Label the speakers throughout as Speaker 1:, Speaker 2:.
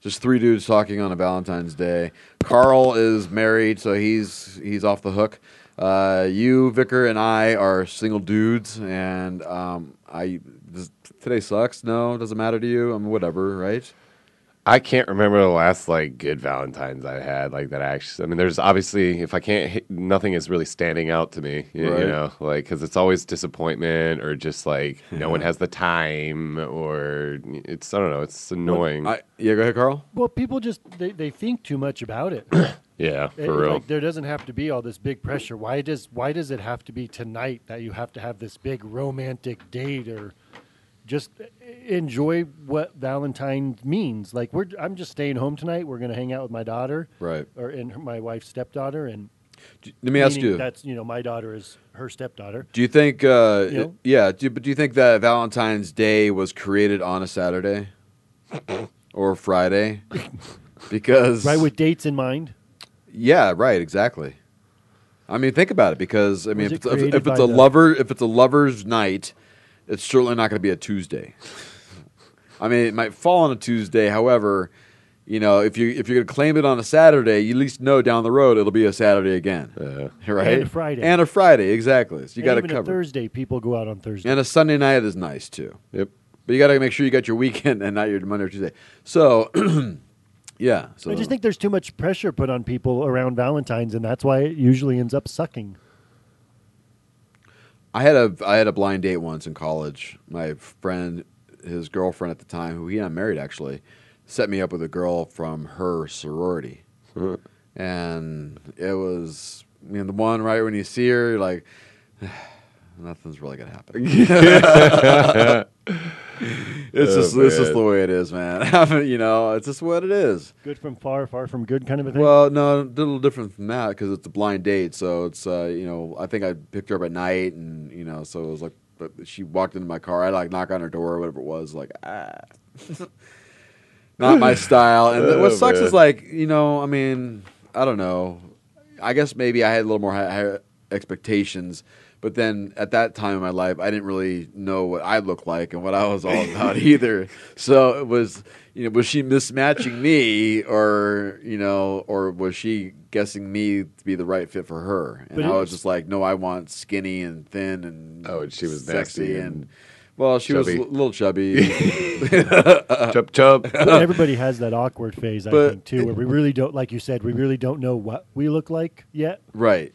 Speaker 1: Just three dudes talking on a Valentine's Day. Carl is married, so he's he's off the hook. Uh, you, Vicar, and I are single dudes, and um, I does, today sucks. No, doesn't matter to you. I mean, whatever, right?
Speaker 2: I can't remember the last like good Valentine's I had like that. I actually, I mean, there's obviously if I can't, hit, nothing is really standing out to me. You,
Speaker 1: Right.
Speaker 2: you know, like because it's always disappointment or just like no one has the time or it's I don't know. It's annoying.
Speaker 1: I, yeah, go ahead, Carl.
Speaker 3: Well, people just they, they think too much about it.
Speaker 2: yeah, for
Speaker 3: It-
Speaker 2: real.
Speaker 3: Like there doesn't have to be all this big pressure. Why does why does it have to be tonight that you have to have this big romantic date or just enjoy what Valentine means? Like we're I'm just staying home tonight. We're gonna hang out with my daughter,
Speaker 1: Right.
Speaker 3: Or and her- my wife's stepdaughter, and
Speaker 1: D- Let me ask
Speaker 3: meaning
Speaker 1: you.
Speaker 3: That's you know my daughter is her stepdaughter.
Speaker 1: Do you think? Uh,
Speaker 3: You know?
Speaker 1: Yeah. Do you, but do you think that Valentine's Day was created on a Saturday or Friday? Because
Speaker 3: Right with dates in mind.
Speaker 1: yeah, right, exactly. I mean, think about it. Because I mean, if
Speaker 3: Was it
Speaker 1: it's, if,
Speaker 3: created
Speaker 1: if it's
Speaker 3: by
Speaker 1: a
Speaker 3: the-
Speaker 1: lover, if it's a lover's night, it's certainly not going to be a Tuesday. I mean, it might fall on a Tuesday. However, you know, if you if you're going to claim it on a Saturday, you at least know down the road it'll be a Saturday again,
Speaker 2: Yeah.
Speaker 1: right?
Speaker 3: And a Friday.
Speaker 1: and a Friday, exactly. So you
Speaker 3: And
Speaker 1: got to
Speaker 3: even a
Speaker 1: cover.
Speaker 3: Thursday. People go out on Thursday.
Speaker 1: And a Sunday night is nice too.
Speaker 2: yep.
Speaker 1: But you got to make sure you got your weekend and not your Monday or Tuesday. So, yeah. So
Speaker 3: I just think there's too much pressure put on people around Valentine's, and that's why it usually ends up sucking.
Speaker 1: I had a I had a blind date once in college. My friend, his girlfriend at the time, who he and I married actually, set me up with a girl from her sorority, and it was you know, the one right when you see her, you're like, nothing's really gonna happen. it's
Speaker 2: Oh,
Speaker 1: just it's just
Speaker 2: man.
Speaker 1: the way it is, man. you know, it's just what it is.
Speaker 3: Good from far, far from good, kind of a thing.
Speaker 1: Well, no, a little different from that because it's a blind date. So it's uh, you know, I think I picked her up at night, and you know, so it was like, but she walked into my car. I like knock on her door, or whatever it was, like ah, not my style. And
Speaker 2: Oh,
Speaker 1: what sucks
Speaker 2: man.
Speaker 1: is like you know, I mean, I don't know. I guess maybe I had a little more high, higher expectations. But then at that time in my life, I didn't really know what I looked like and what I was all about either. So it was, you know, was she mismatching me or, you know, or was she guessing me to be the right fit for her? And
Speaker 3: But
Speaker 1: I
Speaker 3: it-
Speaker 1: was just like, no, I want skinny and thin and
Speaker 2: Oh, and she was
Speaker 1: sexy
Speaker 2: nasty
Speaker 1: and,
Speaker 2: and
Speaker 1: well, she was
Speaker 2: chubby.
Speaker 1: a l- little chubby.
Speaker 2: chub chub.
Speaker 3: But everybody has that awkward phase, I
Speaker 1: uh, But-
Speaker 3: think, too, where we really don't, like you said, we really don't know what we look like yet.
Speaker 1: right.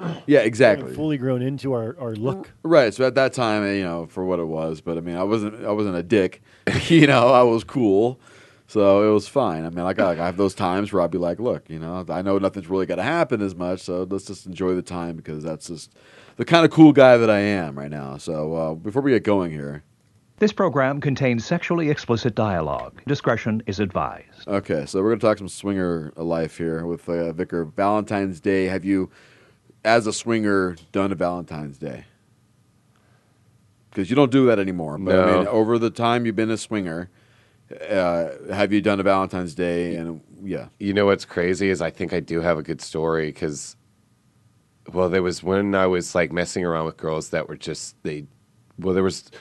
Speaker 1: Yeah,
Speaker 3: We haven't
Speaker 1: exactly.
Speaker 3: fully grown into our, our look.
Speaker 1: Right. So at that time, you know, for what it was, but I mean, I wasn't, I wasn't a dick. you know, I was cool, so it was fine. I mean, like, I, like I have those times where I'd be like, look, you know, I know nothing's really going to happen as much, so let's just enjoy the time because that's just the kind of cool guy that I am right now. So uh, before we get going here,
Speaker 4: This program contains sexually explicit dialogue. Discretion is advised.
Speaker 1: okay, so we're going to talk some swinger life here with uh, Vicar Valentine's Day. Have you, as a swinger, done a Valentine's Day? Because you don't do that anymore. But I
Speaker 2: No.
Speaker 1: mean, over the time you've been a swinger, uh, have you done a Valentine's Day? And yeah,
Speaker 2: You know what's crazy is I think I do have a good story because, well, there was when I was like messing around with girls that were just they, well, there was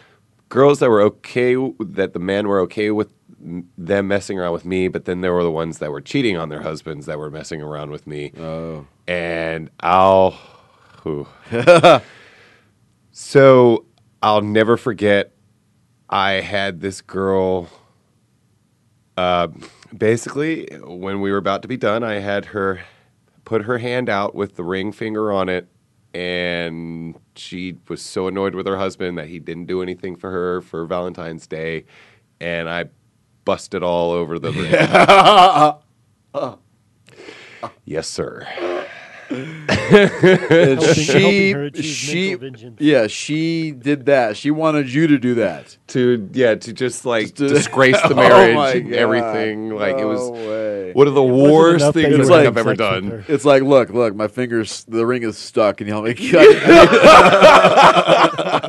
Speaker 2: girls that were okay w- that the men were okay with m- them messing around with me, but then there were the ones that were cheating on their husbands that were messing around with me,
Speaker 1: oh,
Speaker 2: and I'll, whew. so I'll never forget. I had this girl. uh, basically, when we were about to be done, I had her put her hand out with the ring finger on it, and she was so annoyed with her husband that he didn't do anything for her for Valentine's Day, and I busted all over the ring. yes, sir.
Speaker 3: Helping-
Speaker 1: she,
Speaker 3: helping her achieve
Speaker 1: she,
Speaker 3: mental vengeance.
Speaker 1: yeah, she did that. She wanted you to do that.
Speaker 2: To yeah, to just like
Speaker 1: Just to-
Speaker 2: disgrace the
Speaker 1: Oh
Speaker 2: marriage
Speaker 1: my
Speaker 2: and
Speaker 1: God.
Speaker 2: everything. Like it
Speaker 1: No
Speaker 2: was
Speaker 1: way.
Speaker 2: one of the
Speaker 3: wasn't
Speaker 2: worst
Speaker 3: enough that
Speaker 2: things
Speaker 3: you
Speaker 2: I
Speaker 1: were
Speaker 2: think
Speaker 1: having
Speaker 2: I've ever
Speaker 3: sex with
Speaker 2: done.
Speaker 3: her.
Speaker 1: It's like, look, look, my fingers, the ring is stuck, and you help me. cut-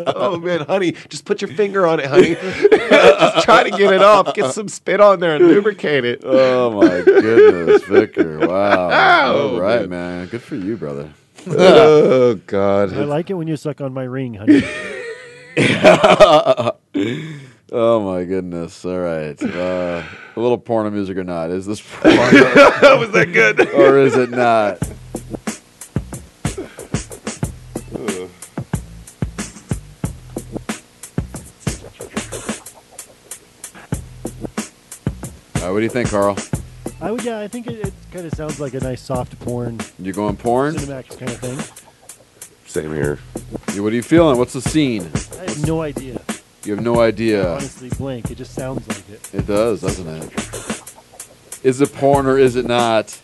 Speaker 2: oh man, honey, just put your finger on it, honey. just try to get it off. Get some spit on there and lubricate it.
Speaker 1: Oh my goodness, Vicar! Wow.
Speaker 2: Oh,
Speaker 1: All right,
Speaker 2: man.
Speaker 1: man. Good for you, brother.
Speaker 2: oh god.
Speaker 3: I like it when you suck on my ring, honey.
Speaker 1: Oh my goodness! All right, uh, a little porno music or not? Is this porno
Speaker 2: was that good?
Speaker 1: or is it not? All right, what do you think, Carl?
Speaker 3: I would, yeah, I think it, it kind of sounds like a nice soft porn,
Speaker 1: You going porn?
Speaker 3: Cinemax kind of thing.
Speaker 2: Same here.
Speaker 1: You- What are you feeling? What's the scene?
Speaker 3: I have no idea.
Speaker 1: You have no idea.
Speaker 3: Honestly, blank. It just sounds like it.
Speaker 1: It does, doesn't it? Is it porn or is it not?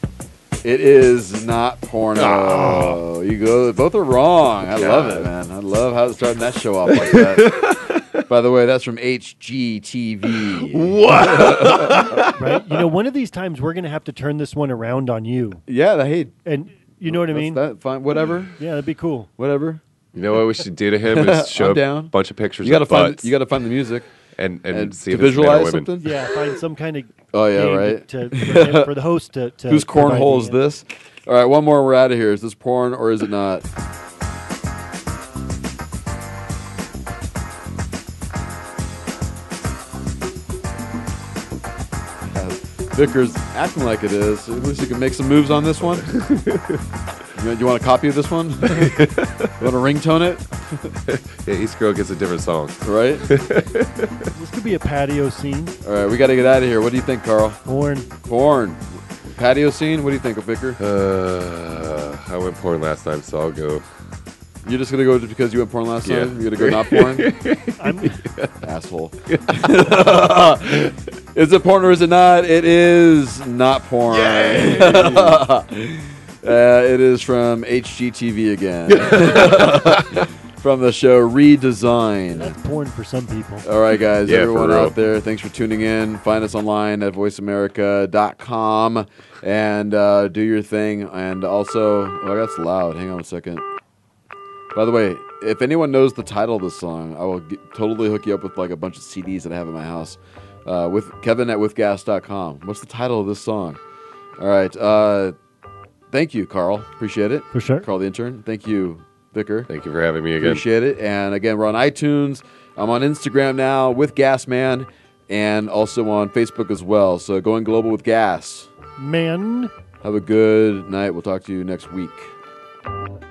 Speaker 1: It is not porno.
Speaker 2: Ah.
Speaker 1: You go, both are wrong. I love it, man. I love how it's starting that show off like that. By the way, that's from HGTV.
Speaker 2: What?
Speaker 3: right? You know, one of these times we're going to have to turn this one around on you.
Speaker 1: Yeah, that, hey,
Speaker 3: And you know what I
Speaker 1: that's
Speaker 3: mean?
Speaker 1: That, fine, whatever,
Speaker 3: Yeah, that'd be cool.
Speaker 1: whatever.
Speaker 2: You know what we should do to him is show
Speaker 1: I'm
Speaker 2: a
Speaker 1: down.
Speaker 2: bunch of pictures
Speaker 1: You gotta
Speaker 2: of
Speaker 1: find,
Speaker 2: butts
Speaker 1: you gotta find the music
Speaker 2: and, and,
Speaker 1: and
Speaker 2: see
Speaker 1: to
Speaker 2: if it's men or
Speaker 1: visualize
Speaker 2: women.
Speaker 1: something.
Speaker 3: Yeah, find some kind of
Speaker 1: Oh yeah,
Speaker 3: game
Speaker 1: right.
Speaker 3: to, for, him, for the host to, to
Speaker 1: Whose
Speaker 3: provide
Speaker 1: cornhole
Speaker 3: the-
Speaker 1: is this? All right, one more. We're out of here. Is this porn or is it not? Vickers acting like it is. At least you can make some moves on this one. you, you want a copy of this one? you want to ringtone it?
Speaker 2: Yeah, each girl gets a different song.
Speaker 1: Right?
Speaker 3: This could be a patio scene.
Speaker 1: All right, we got to get out of here. What do you think, Carl?
Speaker 3: Porn.
Speaker 1: Porn. Patio scene? What do you think, Vicker?
Speaker 2: Uh, I went porn last time, so I'll go.
Speaker 1: You're just gonna go just because you went porn last
Speaker 2: Yeah.
Speaker 1: time. You're gonna go not porn,
Speaker 3: I'm,
Speaker 1: asshole. is it porn or is it not? It is not porn. uh, it is from HGTV again, from the show Redesign.
Speaker 3: that's porn for some people.
Speaker 1: All right, guys,
Speaker 2: Yeah, for
Speaker 1: everyone
Speaker 2: real.
Speaker 1: out there, thanks for tuning in. Find us online at voiceamerica.com and uh, do your thing. And also, oh, that's loud. Hang on a second. By the way, if anyone knows the title of this song, I will get, totally hook you up with like a bunch of CDs that I have in my house. Uh, with Kevin at withgas.com. What's the title of this song? All right. Uh, thank you, Carl. Appreciate it.
Speaker 3: For sure.
Speaker 1: Carl the intern. Thank you, Vicker.
Speaker 2: Thank you for having me again.
Speaker 1: Appreciate it. And again, we're on iTunes. I'm on Instagram now with Gasman and also on Facebook as well. So going global with gas.
Speaker 3: Man.
Speaker 1: Have a good night. We'll talk to you next week.